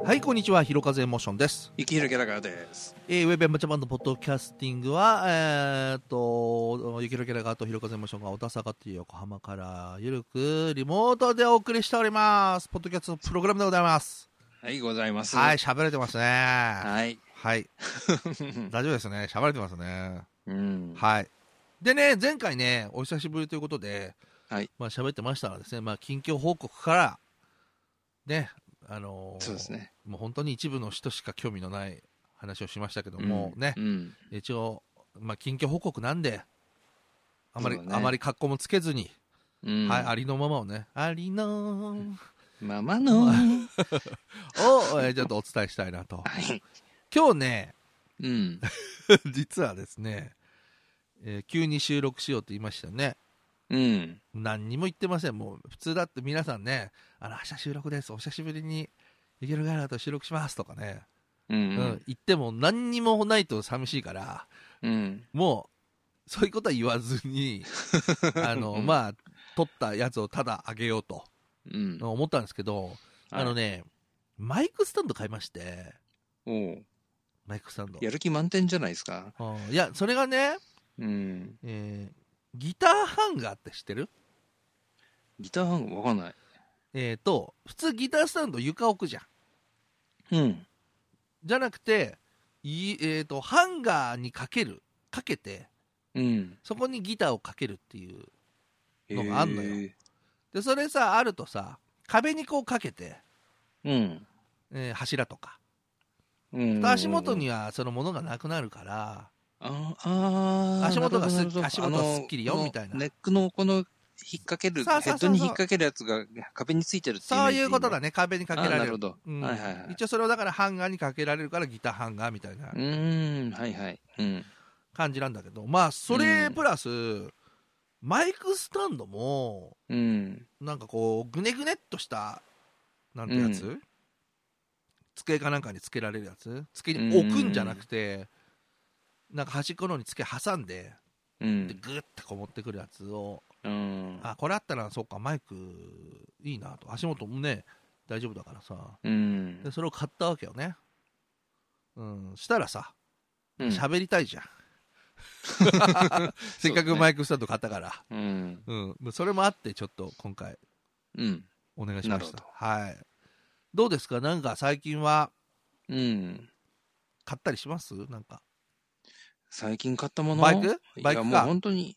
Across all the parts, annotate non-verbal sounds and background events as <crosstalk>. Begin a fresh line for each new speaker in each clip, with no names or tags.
はいこんにちはひろかぜモーションです、
生きひるキャラガーです。
えー、ウェブエムチャパンのポッドキャスティングはえーっとゆきろキャラガーとひろかぜモーションが小田坂という横浜からゆるくリモートでお送りしておりますポッドキャストのプログラムでございます
はい、ございます。
はい。喋れてますねは
はい。
い、大丈夫ですね喋れてますね
うん。
はいでね前回ねお久しぶりということで
はい
まあ喋ってましたらですねまあ近況報告からねあのー
そうですね。
もう本当に一部の人しか興味のない話をしましたけども、ね
う、ん。
一応、まあ、近況報告なんで、あまり、
そうだね
あまり格好もつけずに、
うん。
はい、ありのままをね、ありの
<laughs>
ー
ままの。
は
は
を、えーちょっとお伝えしたいなと。
い。
今日
<laughs>
ね、
うん。
実はですね、えー急に収録しようって言いましたよね。
うん。
何にも言ってません。もう、普通だって皆さんね、あの、明日収録です。お久しぶりに、いけるガラと収録しますとかね、
う
うん
ん。
言っても何にもないと寂しいから、
うん。
もう、そういうことは言わずに、あの、まあ、取ったやつをただあげようと
うん。
思ったんですけど、あのね、マイクスタンド買いまして、
おう
マイクスタンド。
やる気満点じゃないですか。
うんいや、それがね、
うん。
えーギターハンガーって知ってる
ギターハングわかんない。
えっ、と、普通ギタースタンド床置くじゃん。
うん。
じゃなくて、いえっ、と、ハンガーにかける、かけて、
うん。
そこにギターをかけるっていう。のがあんのよ
へえ。
で、それさ、あるとさ、壁にこうかけて、
うん。
えー柱とか。
うん。
足元にはそのものがなくなるから、
ああー
足元がすっ
なるほど
足元がすっきりよ
あの
みたいな
ネックのこの引っ掛ける
そうそうそう
ヘッドに引っ掛けるやつが壁についてるって
そういうことだ
ね
ね、壁にかけら
な
れ
るほ
る。
ど、
うん
はいはいはい
一応それをだからハンガーにかけられるからギターハンガーみたいな
うーんはいはいうん
感じなんだけど、まあそれ
うん
プラス、マイクスタンドも
うん
なんかこうグネグネっとしたなんてやつ、
う
机かなんかにつけられるやつ机に置くんじゃなくて、なんか端っこの方につけ挟んで
う
で
ん
グッてこう持ってくるやつを
うん
あこれあったらそっかマイクいいなと足元もね大丈夫だからさ
うん
でそれを買ったわけよねうんしたらさ
うん
喋、りたいじ
<laughs>
ゃんせっかくマイクスタンド買ったから
うん
うんまあそれもあってちょっと今回
うん
お願いしまし
なる
たはいどうですかなんか最近は
うん
買ったりしますなんか
最近買ったもの
バイク
い
バイ
や
ク
もう
か
本当に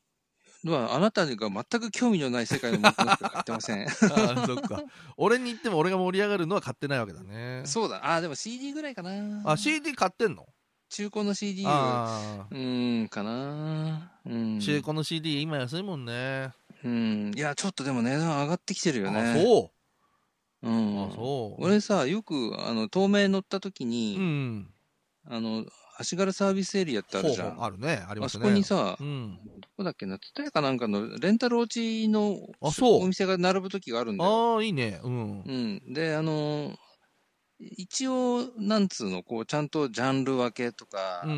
まああなたが全く興味のない世界のものしか買ってま
<laughs>
せん
あ
<laughs>
そっか俺に言っても俺が盛り上がるのは買ってないわけだね
そうだあでも CD ぐらいかな
あ CD 買ってんの
中古の CD を
あ
うーんかなうん
あ中古の CD 今安いもんね
うんいやちょっとでも値段上がってきてるよね
あそう
う、ん、
あそう
俺さよくあの透明乗った時
う
に、
ん
あの足柄サービスエリアってあるじゃん
ほうほうあるねあり
あ
ます
そ
ね
こにさ、
うん
どこだっけな、ツタヤかなんかのレンタル落ちの
あそう
お店が並ぶ時があるんだよ。
ああいいねうん
うん、で、あのー一応、なんつうの、こう、ちゃんとジャンル分けとか、
うんう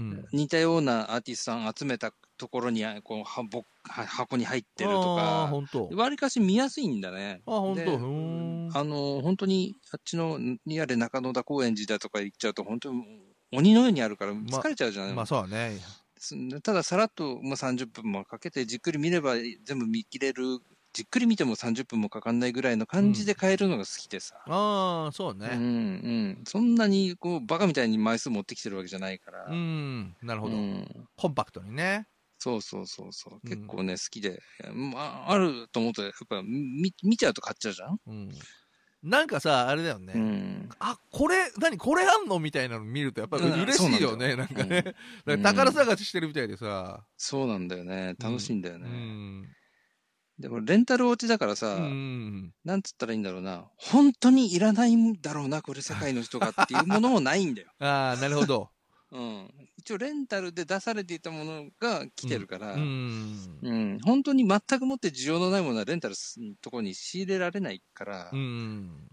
ん
似たようなアーティストさん集めたところに、あこうはぼは箱に入ってると
ああ
か、
本当
わりかし見やすいんだね。
あ本当
で
ふーん
あのー本当に、あっちの、やれ中野田高円寺だとか行っちゃうと、本当に、鬼のようにあるから疲れちゃうじゃない、
まあそうだね
すたださらっと、まあ、30分もかけてじっくり見れば全部見切れるじっくり見ても30分もかかんないぐらいの感じで変えるのが好きでさ、
ああそう
うん
ね
うんそんなにこうバカみたいに枚数持ってきてるわけじゃないから、
うん、なるほ
う
ど、
ん
コンパクトにね
そうそうそうそう
うん
結構ね好きで、まあ、あると思うとやっぱ見見ちゃうと買っちゃうじゃん、
うんなんかさあれだよね、
うん
あこれ何これあんのみたいなの見るとやっぱり
うん
嬉しいよね、
そ
な
う
ん
なんだ
か
よ
ね、
うん
だから宝探ししてるみたいでさ、
そうなんだよね楽しいんだよ
う
ね、
ん
でもレンタル落ちだから
う
さ、
ん、
なんつったらいいんだろうな本当にいらないんだろうなこれ世界の人がっていうものもないんだよ
ああなるほど
うん、一応レンタルで出されていたものが来てるから、
う
うん
ん
本当に全くもって需要のないものはレンタルすとこに仕入れられないから、
う
うん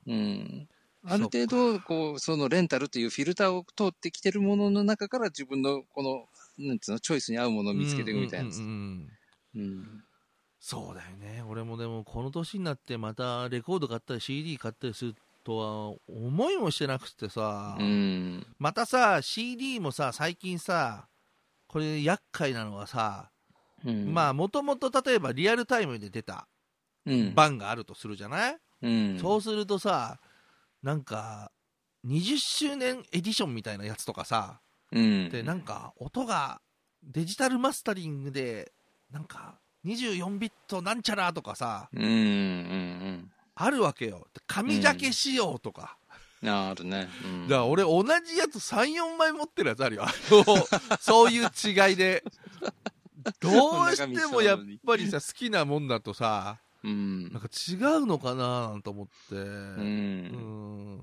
ん
ある程度こうそのレンタルというフィルターを通ってきてるものの中から自分のこのなんつうのチョイスに合うものを見つけていくみたいなやつ
うんうんうんうん
うん
そうだよね俺もでもこの年になってまたレコード買ったり CD 買ったりするとは思いもしてなくてさ、
うん。
またさ CD もさ最近さこれ厄介なのはさ、
うん
まあもともと例えばリアルタイムで出た
うん。
版があるとするじゃない、
うん。
そうするとさなんか20周年エディションみたいなやつとかさ、
うん。
でなんか音がデジタルマスタリングでなんか24ビットなんちゃらとかさ
うん。うん。
あるわけよ紙ジャケ仕様とか、
うん。ああるね。うん
だから俺同じやつ34枚持ってるやつある
<laughs>
よあのそういう違いでどうしてもやっぱりさ好きなもんだとさ
うん
なん。か違うのかななんて思って
う。
うんん、うん、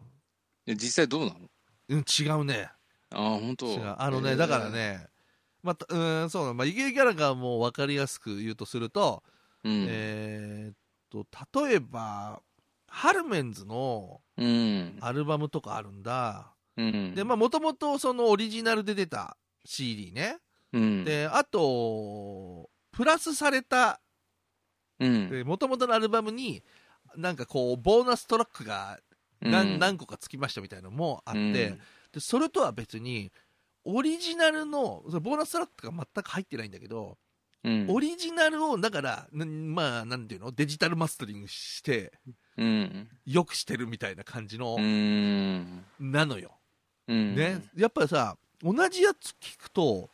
え実際どうなの
違うね
ああ、本当
違うあのね、
えー
だからねまたうーんそうだまあイケイケなんかもう分かりやすく言うとすると、
うん。
えーっと例えばハルメンズの
うん。
アルバムとかあるんだ、
うん。
でまあもともとそのオリジナルで出た CD ね、
うん。
であとプラスされた
うん。
もともとのアルバムになんかこうボーナストラックが何,、何個かつきましたみたいなのもあって、
うん
でそれとは別にオリジナルのそのボーナストラックが全く入ってないんだけど、
うん。
オリジナルをだからなまあなんていうのデジタルマスタリングして
うん。
よくしてるみたいな感じの、
うん。
なのよ、
うん。
ね。やっぱりさ同じやつ聞くと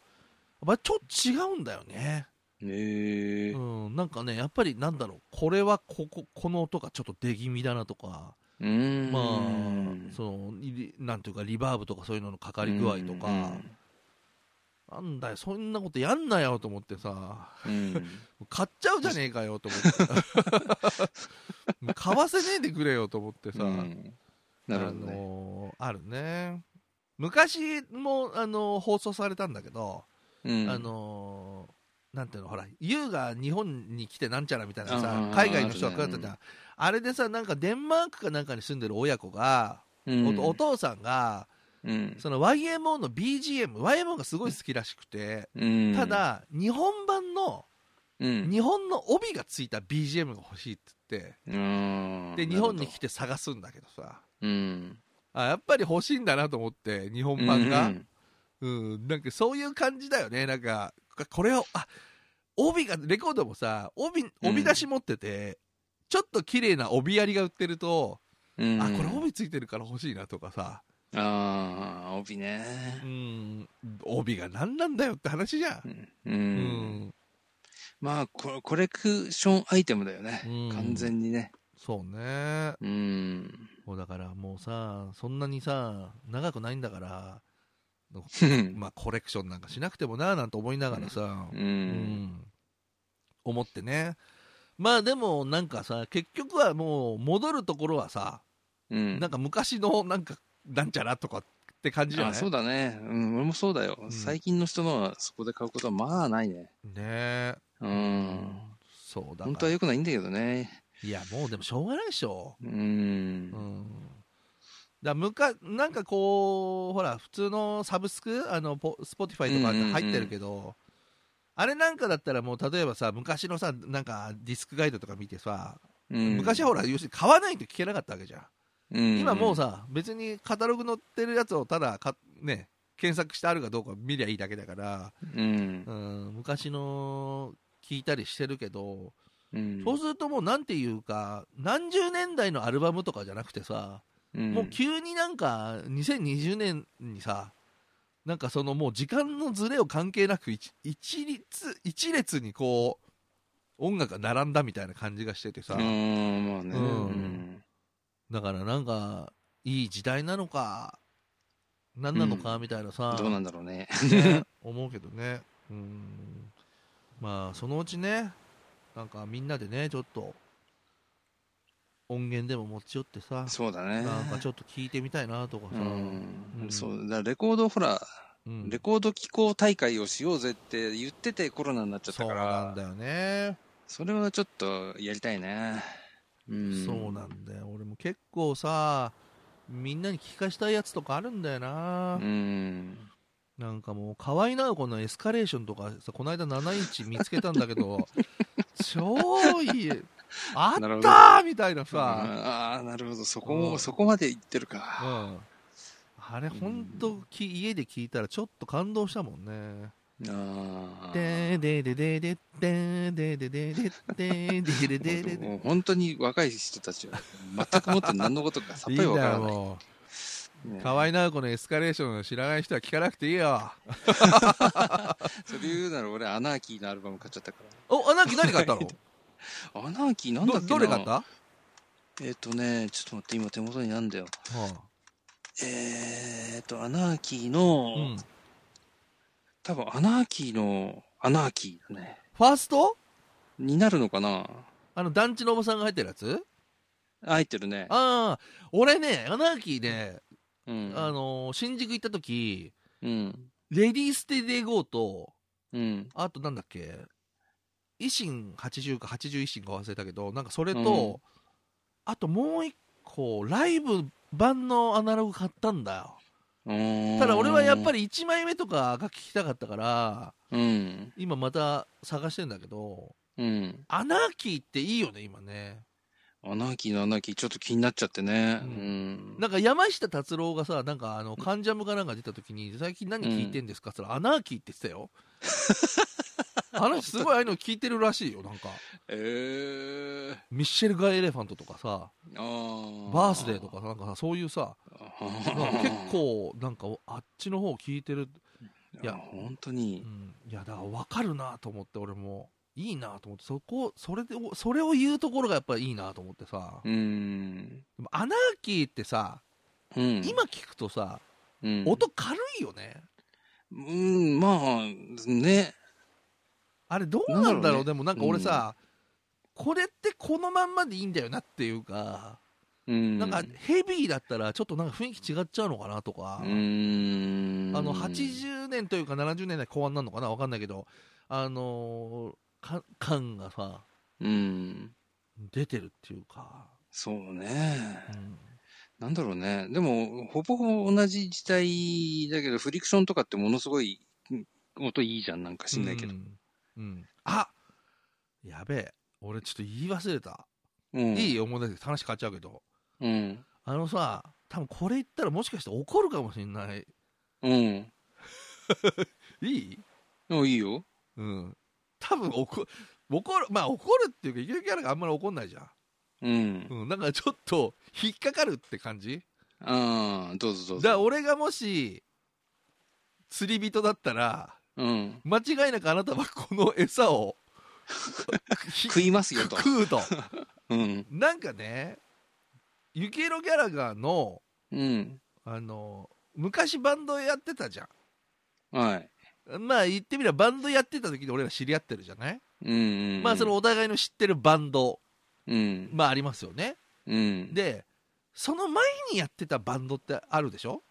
やっぱちょっと違うんだよね、
ええ
うん、なんかねやっぱりなんだろうこれはこここの音がちょっと出気味だなとか、
うん。
まあそのリなんていうかリバーブとかそういうののかかり具合とか、なんだよ、そんなことやんなよと思ってさ、
うん。
買っちゃうじゃねえかよと思
<laughs>
って、もう買わせねえでくれよと思ってさ、
うんなるほど
あ
ね。
のーあるね。昔も、あのー放送されたんだけど、
うん
あのーなんていうの、ほら、ユウが日本に来てなんちゃらみたいな
うんうん
さ
う、ん
海外の人が来ったじゃん、
あるね
あれでさ、なんかデンマークかなんかに住んでる親子が、
うん
おとお父さんが、
うん
その YMO の BGM、YMO がすごい好きらしくて、
うん
た、だ、日本版の
うん
日本の帯がついた BGM が欲しいって言って、
うん
で日本に来
て、
て探すんだけどさ
うん、
あやっぱり欲しいんだなと思って日本版が、
う
うん
ん
なんかそういう感じだよねなんかこれをあ帯がレコードもさ帯帯出し持ってて、ちょっと綺麗な帯やりが売ってると、
うん
あこれ帯ついてるから欲しいなとかさ、
ああ帯ね
うん、帯が何なんだよって話じゃ、
うんん、
うん、
まあこれコレクションアイテムだよね、
うん
完全にね
そうね
うん
もうだからもうさそんなにさ長くないんだから、まあ、コレクションなんかしなくてもなあなんて思いながらさ、
う
うん
ん
思ってねまあでもなんかさ結局はもう戻るところはさ、
うん
なんか昔のなんかなんちゃらとかって感じじゃない
あそうだね、うん、俺もそうだよ、
ん
最近の人のはそこで買うことはまあないね
ねえ
う
うんそうだ
本
か
当は
ら
良くないんだけどね
いやもうでもしょうがないでしょ
うん
うんだからむかなんかこうほら普通のサブスクあのポ Spotify とかって入ってるけど、あれなんかだったらもう例えばさ昔のさなんかディスクガイドとか見てさ、
うん
昔はほら要するに買わないと聞けなかったわけじゃん、
うん
今もうさ別にカタログ載ってるやつをただかね検索してあるかどうか見りゃいいだけだから、
うん
うん、昔の聞いたりしてるけど、
うん
そうするともうなんていうか何十年代のアルバムとかじゃなくてさ
うん
もう急になんか2020年にさなんかそのもう時間のずれを関係なく一一律一列にこう音楽が並んだみたいな感じがしててさ、
うんまあね
う
うんん
だからなんかいい時代なのか何なのかみたいなさ、
どうなんだろうね
ね <laughs> 思うけどねうんまあそのうちねなんかみんなでねちょっと音源でも持ち寄ってさ
そうだね
なんかちょっと聞いてみたいなとかさ、
うん
うん
そうだからレコードほら、
うん
レコード機構大会をしようぜって言っててコロナになっちゃった
そう
か
な
ら
んだよね、
それはちょっとやりたいねうん
そうなんだよ俺も結構さみんなに聞かしたいやつとかあるんだよな、
うん
なんかもう河合奈子のエスカレーションとかさこの間7インチ見つけたんだけど超いいあっ
なるほ
た
ど
ーみたいなさ、
ああ、なるほど。そこ
う
も、
ん
そこまで行ってる
う
か。
ん、あれほんとき家で聞いたらちょっと感動したもんね。
ああ。
ででででででででででででででで
もう本当に若い人たちは、全くもって何のことかさ
い
っ
いんだ
ぱりわから
よ
ない。
もう
ね
河合直子のエスカレーションを知らない人は聞かなくていいよ
それ言うなら俺、アナーキーのアルバム買っちゃったか
おアナキ何買ったの
ら。アナーキーなんだっ
ど
けな
どれ買った、は
えっ、とね、ちょっと待って、今手元になんだよ。えっ、と、アナーキーの、
あうん、フ
多分アナーキーの、アナーキーだね。
ァースト
になるのかな
あの団地のおばさんが入ってるやつ
入ってるね。
ああ俺ねアナキね、
うん。
あのー新宿行った時
うん。
レディーステデゴーと
うん。
あとなんだっけ維新80か80維新か忘れたけどなんかそれと、
うん
あともう一個ライブ版のアナログ買ったんだよただ俺はやっぱ
り、
り1枚目とかが聞きたかったから
うん。
今また探してんだけど
うん。
アナーキーっていいよね今ね
アナーキーのアナーキー、ちょっと気になっちゃってね。
う
うんん。
なんか山下達郎がさなんかあの関ジャムかなんか出た時に最近何聞いてんですかって言ったら、アナーキーって言ってた
<laughs>
よあの人すごいああいうの聞いてるらしいよなんか
えー、
ミッシェル・ガイ・エレファントとかさ
あー
バースデーと。かさなんかさそういうさなんか結
結、
構なんかあっちの方聞いてる、
いや、本当に
う。ん、いやだから分かるなと思って俺もいいなと思ってそこそれでそれを言うところがやっぱいいなと思ってさ、
うーん。
でもアナーキーってさ
うん、
今聞くとさ、
うん、
音軽いよね
うん、まあ、ね。
あれどうなんだろう
なんだろうね
でもなんか俺さ、これってこのまんまでいいんだよなっていうか、
うん。
なんかヘビーだったらちょっとなんか雰囲気違っちゃうのかなとか
う、ーん。
あの、80年というか70年代後半なのかなわかんないけど、あのーか感がさ、
うん。
出てるっていうか、
そうね。
うん
なんだろうね。でも、ほぼほぼ同じ時代だけど、フリクションとかってものすごいうん音いいじゃん、なんか知んないけど
う。ん、うんあやべえ俺ちょっと言い忘れた、
うん。
い
い
い思い出して話変わっちゃうけど
うん。
あのさ多分これ言ったらもしかして怒るかもしんない
うん。
いい
あいいよ。
うん多分怒怒るまあ怒るっていうかゆきキャラがあんまり怒んないじゃん、
うん。
うん、なんかちょっと引っかかるって感じ
ああ、どうぞどうぞ。
だから俺がもし釣り人だったら
うん。
間違いなくあなたはこの餌
<laughs>
をひ
食いますよと。
食うと
うん。
なんかね、ユキエロギャラガーの、
うん。
あの、昔バンドやってたじゃ
はい。
ん。まあ言ってみればバンドやってた時に俺ら知り合ってるじゃない、
うんうん。
まあその、お互いの知ってるバンド、
うん。
まあありますよね。
うん。、
で、その前にやってたバンドってあるでしょ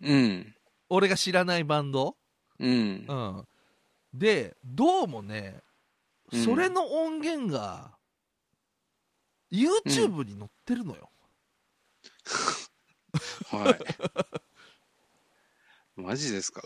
うん。
俺が知らないバンド。
うん
う。ん。で、どうもね、
うん
それの音源が、YouTube に載ってるのよ。
はい。 <laughs> マジですか。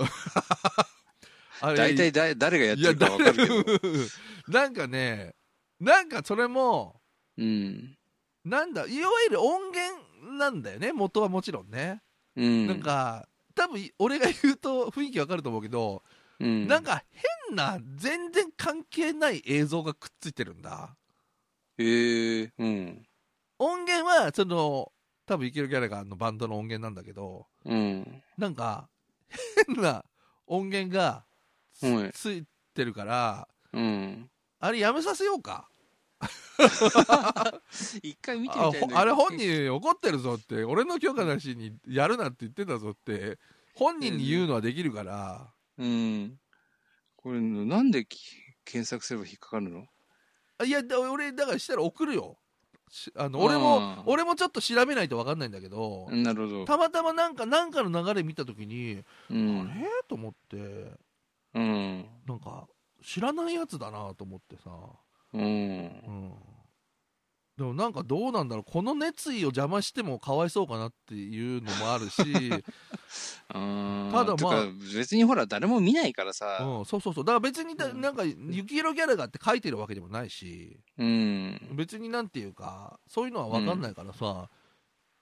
あれ
大体だ誰がやってるかわかるけど。
ど <laughs> なんかねなんかそれも
うん。
なんだいわゆる音源なんだよね元はもちろんね、
うん。
なん、か多分俺が言うと雰囲気わかると思うけど、
うん。
なん、か変な全然関係ない映像がくっついてるんだ
ええうん。
音源はその多分イケるキャラがのバンドの音源なんだけど
うん。
なんか変な音源がつ,、
はい
ついてるから
うん。
あれやめさせようか
一回見てみ
あ
たい
ほ
んだけど
あれ本人怒ってるぞって俺の許可なしにやるなって言ってたぞって本人に言うのはできるから、
うん。これ、なんでき検索すれば引っかかるの
あいやだ俺だからしたら送るよしあの俺も
あー
俺もちょっと調べないと分かんないんだけど、
なるほど。
たまたまなんかなんかの流れ見た時に、
う
あ
ん。
れと思って
うん。
なんか知らないやつだなと思ってさ、
うん
う。ん、でも
<laughs>
なんかどうなんだろうこの熱意を邪魔してもかわいそうかなっていうのもあるし
うん
ただまあ
てか別にほら、誰も見ないからさ、
うん、そうそうそうだから別にだ
うん
なんか雪色ギャラガーって書いてるわけでもないし
うん。
別になんていうかそういうのは分かんないからさ、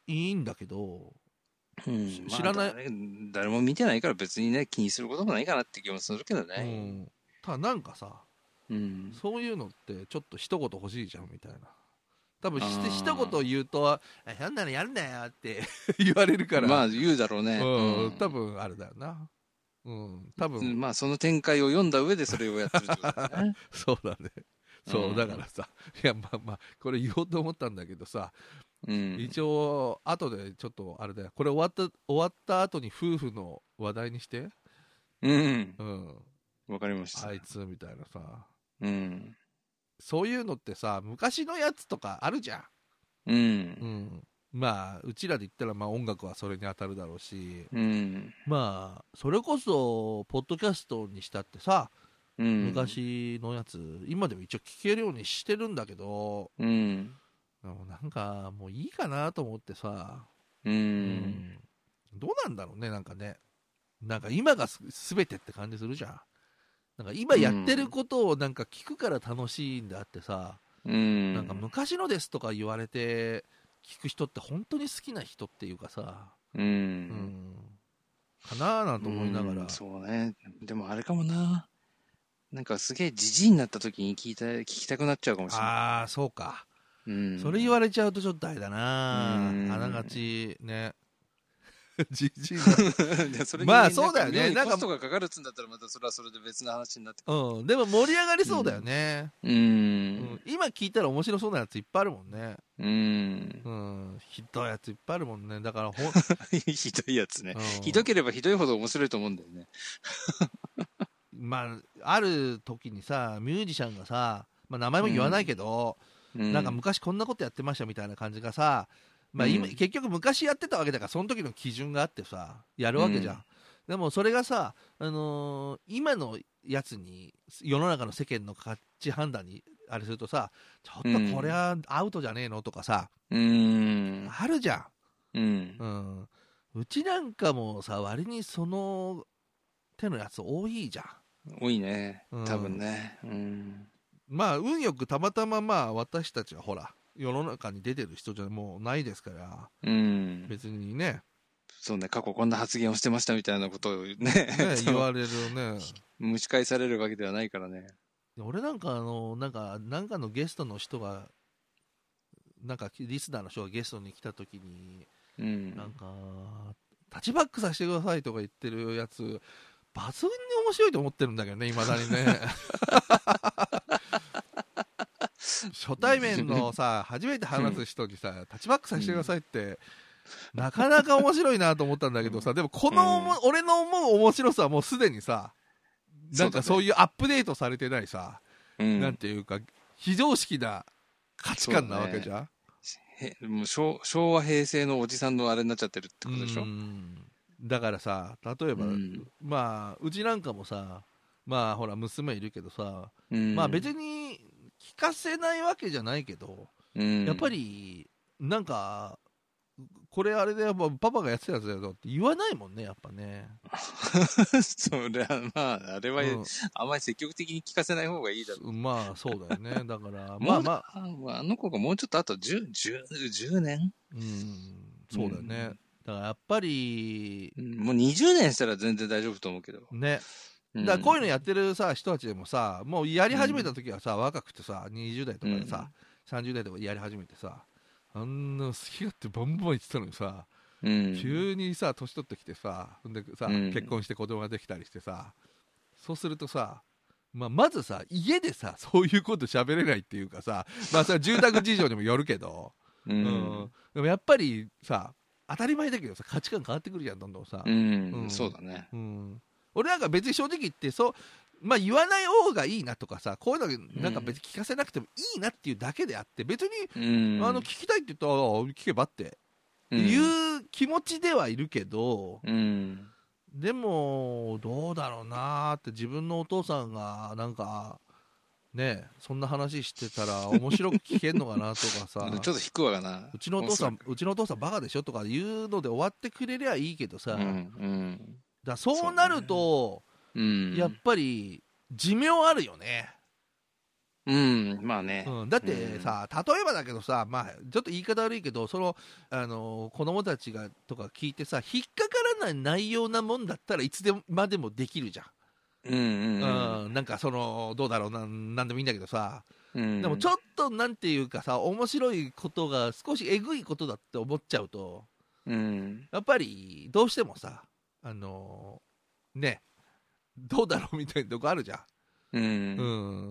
いいんだけど
うん
し知らない
まあ誰誰も見てないから別にね、気にすることもないかなって気もするけど
う
ね。
ん、ただなんかさ
うん。
そういうのってちょっと一言欲しいじゃんみたいな多分ひ
あー
一言言うと「えそんなのやるなよ」って <laughs> 言われるから、
まあ言うだろうね。
うん
うん
多分あれだよなうん多分、
まあその展開を読んだ上でそれをやってるってことだよ
<laughs>
ね。
そうだねそう、
うん
だからさいやまあまあこれ言おうと思ったんだけどさ、
うん。
一応後でちょっとあれだよこれ終わった終わった後に夫婦の話題にして
うん。
うん
わかりました。
あいつみたいなさ
うん。
そういうのってさ昔のやつとかあるじゃん
う。
うんん、まあうちらで言ったらまあ音楽はそれに当たるだろうし
うん。
まあそれこそポッドキャストにしたってさ、
うん。。
昔のやつ今でも一応聞けるようにしてるんだけど
うん。
でもなんかもういいかなと思ってさ、
う。
うんどうなんだろうねなんかねなんか今がす全てって感じするじゃんなんか今やってることをなんか聞くから楽しいんだってさ、
うん。
なんか昔のですとか言われて聞く人って本当に好きな人っていうかさ
う。
うんんかなーなんて思いながら、
うんそうね。でもあれかもな。なんかすげえじじいになった時に聞いた、聞きたくなっちゃうかもしれな
ああそうか、
い。うん。
それ言われちゃうとちょっとあれだな
うん
あながち
<laughs>
ねじじいな
いやそれに
まあそうだよねなん
なんかコ
か
ストがかかるっつうんだったらまたそれはそれで別の話になってく
うんでも盛り上がりそうだよね、
る。う
うん
ん。
今聞いたら面白そうなやついっぱいあるもんね
うん。
うんひどいやついっぱいあるもんねだからほん、
<laughs> ひどいやつね
う。ん
ひどければひどいほど面白いと思うんだよね。
まあある時にさミュージシャンがさ、まあ、名前も言わないけど、
う
なんか昔こんなことやってましたみたいな感じがさ、まあ今
うん
結局昔やってたわけだからその時の基準があってさやるわけじゃん、
うん
でもそれがさ、あのー今のやつに世の中の世間の価値判断にあれするとさちょっとこれはアウトじゃねえのとかさ、
うん。
あるじゃ
うん
ん、う。ん、うちなんかもさ割にその手のやつ多いじゃん
多いね
うん。
多分ね。うん。
まあ運よくたまたままあ私たちはほら世の中に出てる人じゃもうないですから
うん。
別にね
そうね、過去こんな発言をしてましたみたいなことをね、
ね
<laughs> そう
言われるね
蒸し返されるわけではないからね。
俺なんかあのなんかなんかのゲストの人がなんかリスナーの人がゲストに来た時に
うん。
なんかタッチバックさせてくださいとか言ってるやつ抜群に面白いと思ってるんだけどねいまだに
<laughs>
ね初対面のさ初めて話す人にさタッチバックさせてくださいってなかなか面白いなと思ったんだけどさでもこのおも俺の思う面白さはもうすでにさなんかそういうアップデートされてないさ、
うん
なんていうか非常識な価値観なわけじゃん、
へもう昭昭和平成のおじさんのあれになっちゃってるってことでしょ
う。んだからさ例えば、
うん
まあうちなんかもさまあほら娘いるけどさ、
うん
まあ別に聞かせないわけじゃないけど、
うん
やっぱりなんかこれあれでやっぱパパがやってたやつだよって言わないもんねやっぱね、
<laughs> それはまああれはあんまり積極的に聞かせない方がいいだろ
うんまあそうだよ
<laughs>
ねだから
う
まあまあ、
もうああの子がもうちょっとあと10 10 10年、
うん、そうだよね、だからやっぱり
うんもう20年したら全然大丈夫と思うけど、
ね
うん
だからこういうのやってるさ人たちでもさもうやり始めた時はさ、若くてさ20代とかでさ、30代とかやり始めてさあんな好き勝手バンバン言ってたのにさ、
うん
急にさ年取ってきてさほんでさ、
うん
結婚して子供ができたりしてさそうするとさまあ、まずさ家でさそういうこと喋れないっていうかさまあさ住宅事情にもよるけど、
う
うん
ん
でもやっぱりさ当たり前だけどさ価値観変わってくるじゃんどんどんさ、
うん
うん
そうだね
うん、俺なんか別に正直言ってそう、まあ、言わない方がいいなとかさこういうのなんか別に聞かせなくてもいいなっていうだけであって別に、
うん
あの聞きたいって言ったらああ聞けばって
ん
いう気持ちではいるけど、
うん
でもどうだろうなーって自分のお父さんがなんかねそんな話してたら面白く聞けんのかなとかさ
<laughs> ちょっと引くわがな。
うちのお父さん
おそらく、
うちのお父さんバカでしょとか言うので終わってくれりゃいいけどさ、
う
だか
ん。
らそうなると、
うん。うん
やっぱり寿命あるよね、
うん。まあね。
うん、だってさ、例えばだけどさ、まあ、ちょっと言い方悪いけどそのあの子供たちがとか聞いてさ引っかからない内容なもんだったらいつでもまでもできるじゃん、
うんうんうん。
うんなんかそのどうだろうななんでもいいんだけどさ、
うん
でもちょっとなんていうかさ面白いことが少しえぐいことだって思っちゃうと
うん。
やっぱりどうしてもさあのねどうだろうみたいなとこあるじゃん
うん。
う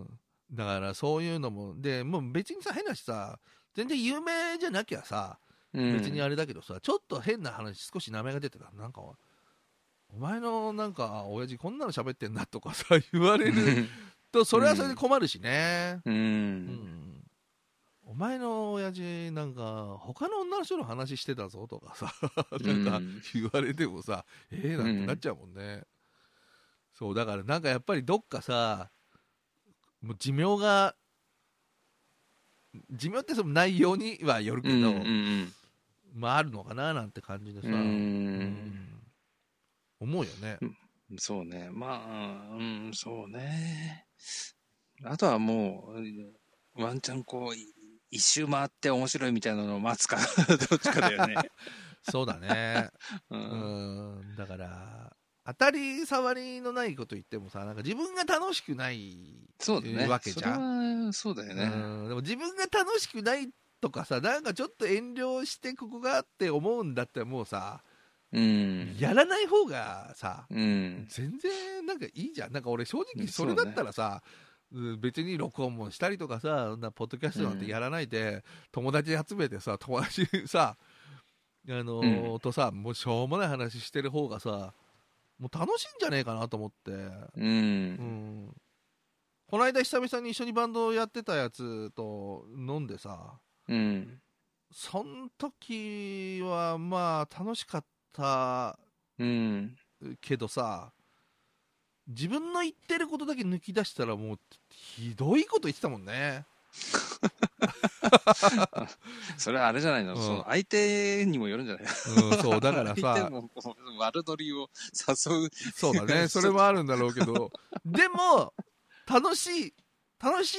ん、だからそういうのもでもう別にさ変なしさ全然有名じゃなきゃさ
うん
別にあれだけどさ、ちょっと変な話少し名前が出てたなんかお前のなんか親父こんなの喋ってんなとかさ <laughs> 言われるとそれはそれで困るしね、
う
うん
ん。
お前の親父なんか他の女の人の話してたぞとかさ <laughs>
う
なん
ん
か <laughs> 言われてもさええなんてなっちゃうもんね、そうだからなんかやっぱりどっかさもう寿命が寿命ってその内容にはよるけ
う
ど、
ん。うん
まああるのかななんて感じでさ、
うん。う。
うんん思うよね、
そうね。まあ、うん、そうね。あとはもう、ワンチャンこう、い一周回って面白いみたいなのを待つか、どっちかだよね。
そうだね
<laughs> う。
うんんだから当たり障りのないこと言ってもさなんか自分が楽しくない
そうだね。
わけじゃ
ん。そうだよね。
うんでも自分が楽しくないとかさなんかちょっと遠慮してここがって思うんだったらもうさ、
うん。
やらない方がさ
うん。
全然なんかいいじゃんなんか俺正
う
直
ん
それだったらさ、うん別に録音もしたりとかさそんなポッドキャストなんてやらないで、友達集めてさ友達さあのーとさもうしょうもない話してる方がさもう楽しいんじゃねえかなと思って
う。
うんんこの間久々に一緒にバンドをやってたやつと飲んでさ
うん。
そん時はまあ楽しかった
うん。
けどさ自分の言ってることだけ抜き出したらもうひどいこと言ってたもんね
それはあれじゃないの、
うん
その相手にもよるんじゃない
うんそうだ <laughs> から
相手
さ
もこう悪ノリを誘う。
そうだ <laughs> ねそれもあるんだろうけどでも楽しい楽し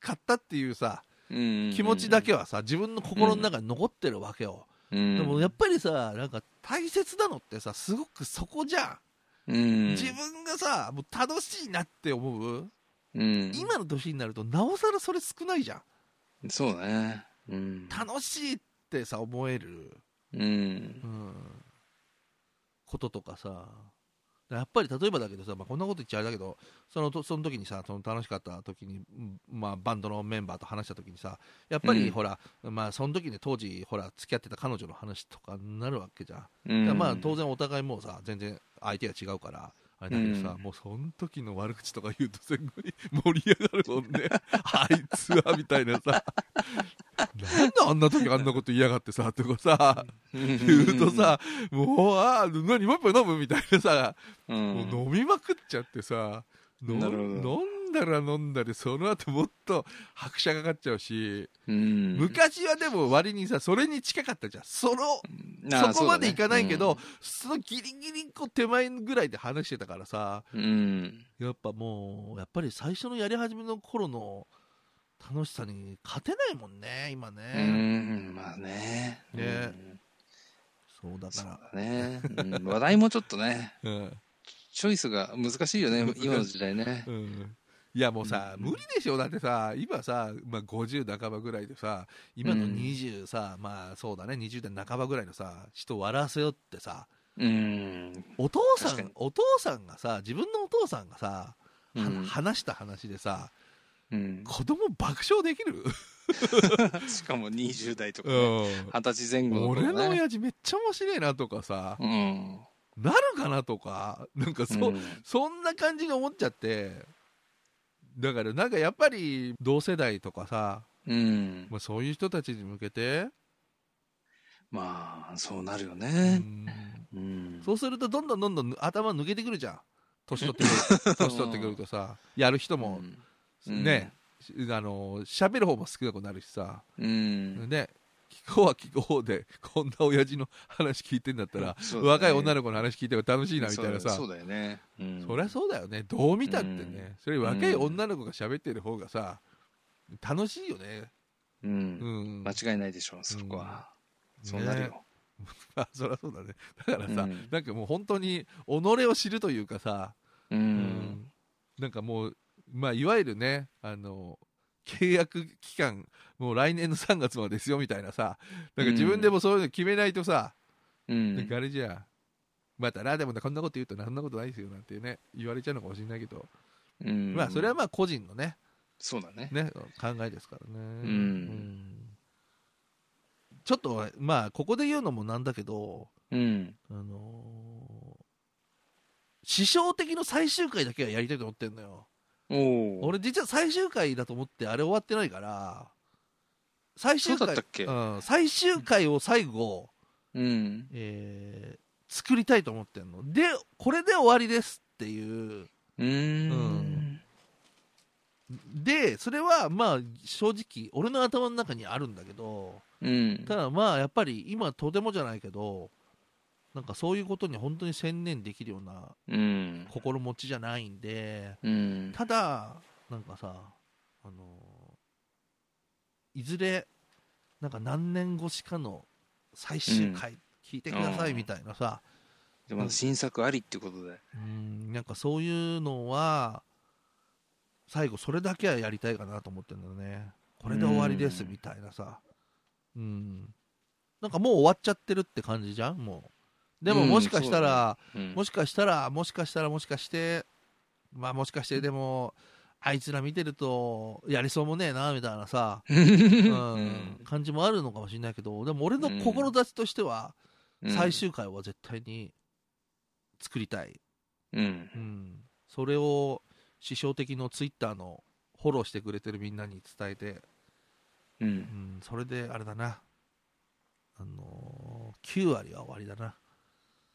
かったっていうさ
うん
気持ちだけはさ自分の心の中に残ってるわけよ、
うん。
でもやっぱりさなんか大切なのってさすごくそこじゃん、
うん、
自分がさもう楽しいなって思う、
うん、
今の年になるとなおさらそれ少ないじゃん
そうね。うん。
楽しいってさ思える、
うん
う。ん、こととかさやっぱり例えばだけどさ、まあ、こんなこと言っちゃあれだけどそのとその時にさその楽しかった時に、うんまあ、バンドのメンバーと話した時にさやっぱり
うん
ほら、まあ、その時に当時ほら付き合ってた彼女の話とかになるわけじゃん
うん
だからまあ当然お互いもうさ全然相手が違うからあれだけどさ、
う
もうその時の悪口とか言うとすごい <laughs> 盛り上がるもんね <laughs> あいつはみたいなさ <laughs> なんであんな時あんなこと言いやがってさとかさ言うと、さもうああ何もう一杯飲むみたいなさ、
うん、
もう飲みまくっちゃってさ飲ん
なるほど
飲んだら飲んだりその後もっと拍車がかかっちゃうし、
うん、
昔はでも割にさそれに近かったじゃんその
ああ
そこまでいかないけど、
そ
そのギリギリこう手前ぐらいで話してたからさ、
うだねうん
やっぱもう、やっぱり最初のやり始めの頃の楽しさに勝てないもんね、今
う
ね。
ん、まあね。
ね
うん
そうだ
そう
か
だね、うん話題もちょっとね、
ら。うん。
チョイスが難しいよね、今の時代ね。
うんいやもうさ、
うん
無理でしょだってさ今さ、まあ、50半ばぐらいでさ今の20さ、まあそうだね20代半ばぐらいのさ人を笑わせようってさ
うん。
お父さ
確か
ん
に
お父さんがさ自分のお父さんがさ、は
うん
話した話でさ
うん、
子供爆笑できる
<laughs> しかも20代とか、ね、
う
二十歳前
ん、
後の頃、ね、
<laughs> 俺の親父めっちゃ面白いなとかさ、
うん。
なるかなとかなんかそ,、
うん
そんな感じに思っちゃってだからなんかやっぱり同世代とかさ、
うん。
まあ、そういう人たちに向けて、
まあ、そうなるよ
う
ね。
ん
うん。
そうするとどんどんどんどん頭
<laughs>
抜けてくるじゃん年取ってくる年取ってくるとさやる人も、
うん
ねしあの喋る方も少なくなるしさ、
うん。
ね聞こうは聞こうでこんな親父の話聞いてんだったら、
そうだね
若い女の子の話聞いても楽しいなみたいなさ
そうそうだよね。うん
そりゃそうだよねどう見たってね、それ若い
うん
女の子が喋ってる方がさ楽しいよね
う。
うんん、
間違いないでしょう、そこは。そうなる
ね <laughs>
よ。
あそりゃそうだねだからさ、
うん
なんかもう本当に己を知るというかさ、
う。
うんなんかもうまあいわゆるねあの契約期間もう来年の3月までですよみたいなさなんか自分でもそういうの決めないとさ、
うん
なんかあれじゃあまたなでもなこんなこと言うとなんなことないですよなんてね言われちゃうのかもしれないけど、
うん
まあそれはまあ個人のね
そうだね。
ね、考えですからね、
うん
うんちょっとまあここで言うのもなんだけど、
うん。
あのー師匠的の最終回だけはやりたいと思ってんのよ
おお。
俺実は最終回だと思ってあれ終わってないから最終
そう
回
だったっけ
うん、最終回を最後、
うん。
えー作りたいと思ってんのでこれで終わりですっていう
うーん。
でそれはまあ正直俺の頭の中にあるんだけど
うん。
ただまあやっぱり今とてもじゃないけどなんかそういうことに本当に専念できるような
うん。
心持ちじゃないんで
うん。
ただなんかさあのいずれなんか何年越しかの最終回聞いてくださいみたいなさ、
でも新作ありってことで。
うんなんかそういうのは最後それだけはやりたいかなと思ってるんだよねこれで終わりですみたいなさうんなんかもう終わっちゃってるって感じじゃんもうでも
うん
もしかしたら、
うん
もしかしたらもしかしたらもしかしてまあもしかしてでもあいつら見てるとやりそうもねえなみたいなさ、うん
うん
感じもあるのかもしれないけどでも俺の志としては
うん
最終回は絶対に作りたい
うん
うん、それを師匠的のツイッターのフォローしてくれてるみんなに伝えて、
う
うんん、それであれだな、あのー、9割は終わりだな。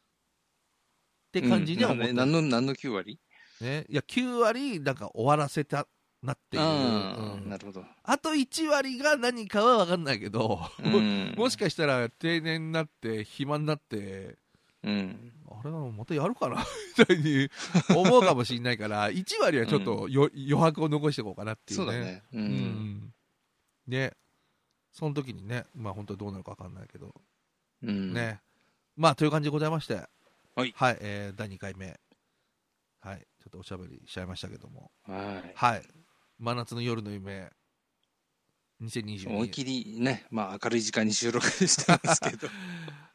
って感じには思って
うんな
る
んで何の何の9割
ね、いや9割なんか終わらせたなっていう、
あ
う
あ
ん
なるほど
あと1割が何かは分かんないけど、
うん
<laughs> もしかしたら定年になって暇になって
うん
あれなのまたやるかな <laughs> みたいに思うかもしれないから1割はちょっとよ、余白を残していこうかなっていう
そ
ね
うだねう
うんんねその時にねまあ本当にどうなるか分かんないけど、
うん
ねまあという感じでございまして
はい
えー第2回目はいちょっとおしゃべりしちゃいましたけども
はい
はい真夏の夜の夢2022
思いっきりねまあ明るい時間に収録してますけ <laughs> ど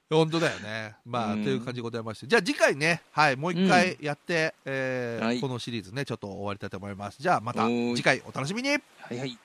<laughs> 本当だよね。まあ、
うん
という感じでございまして。じゃあ次回ね、はい、もう一回やって、えー
はい
このシリーズね、ちょっと終わりたいと思います。じゃあまた
おーい
次回お楽しみに
はいはい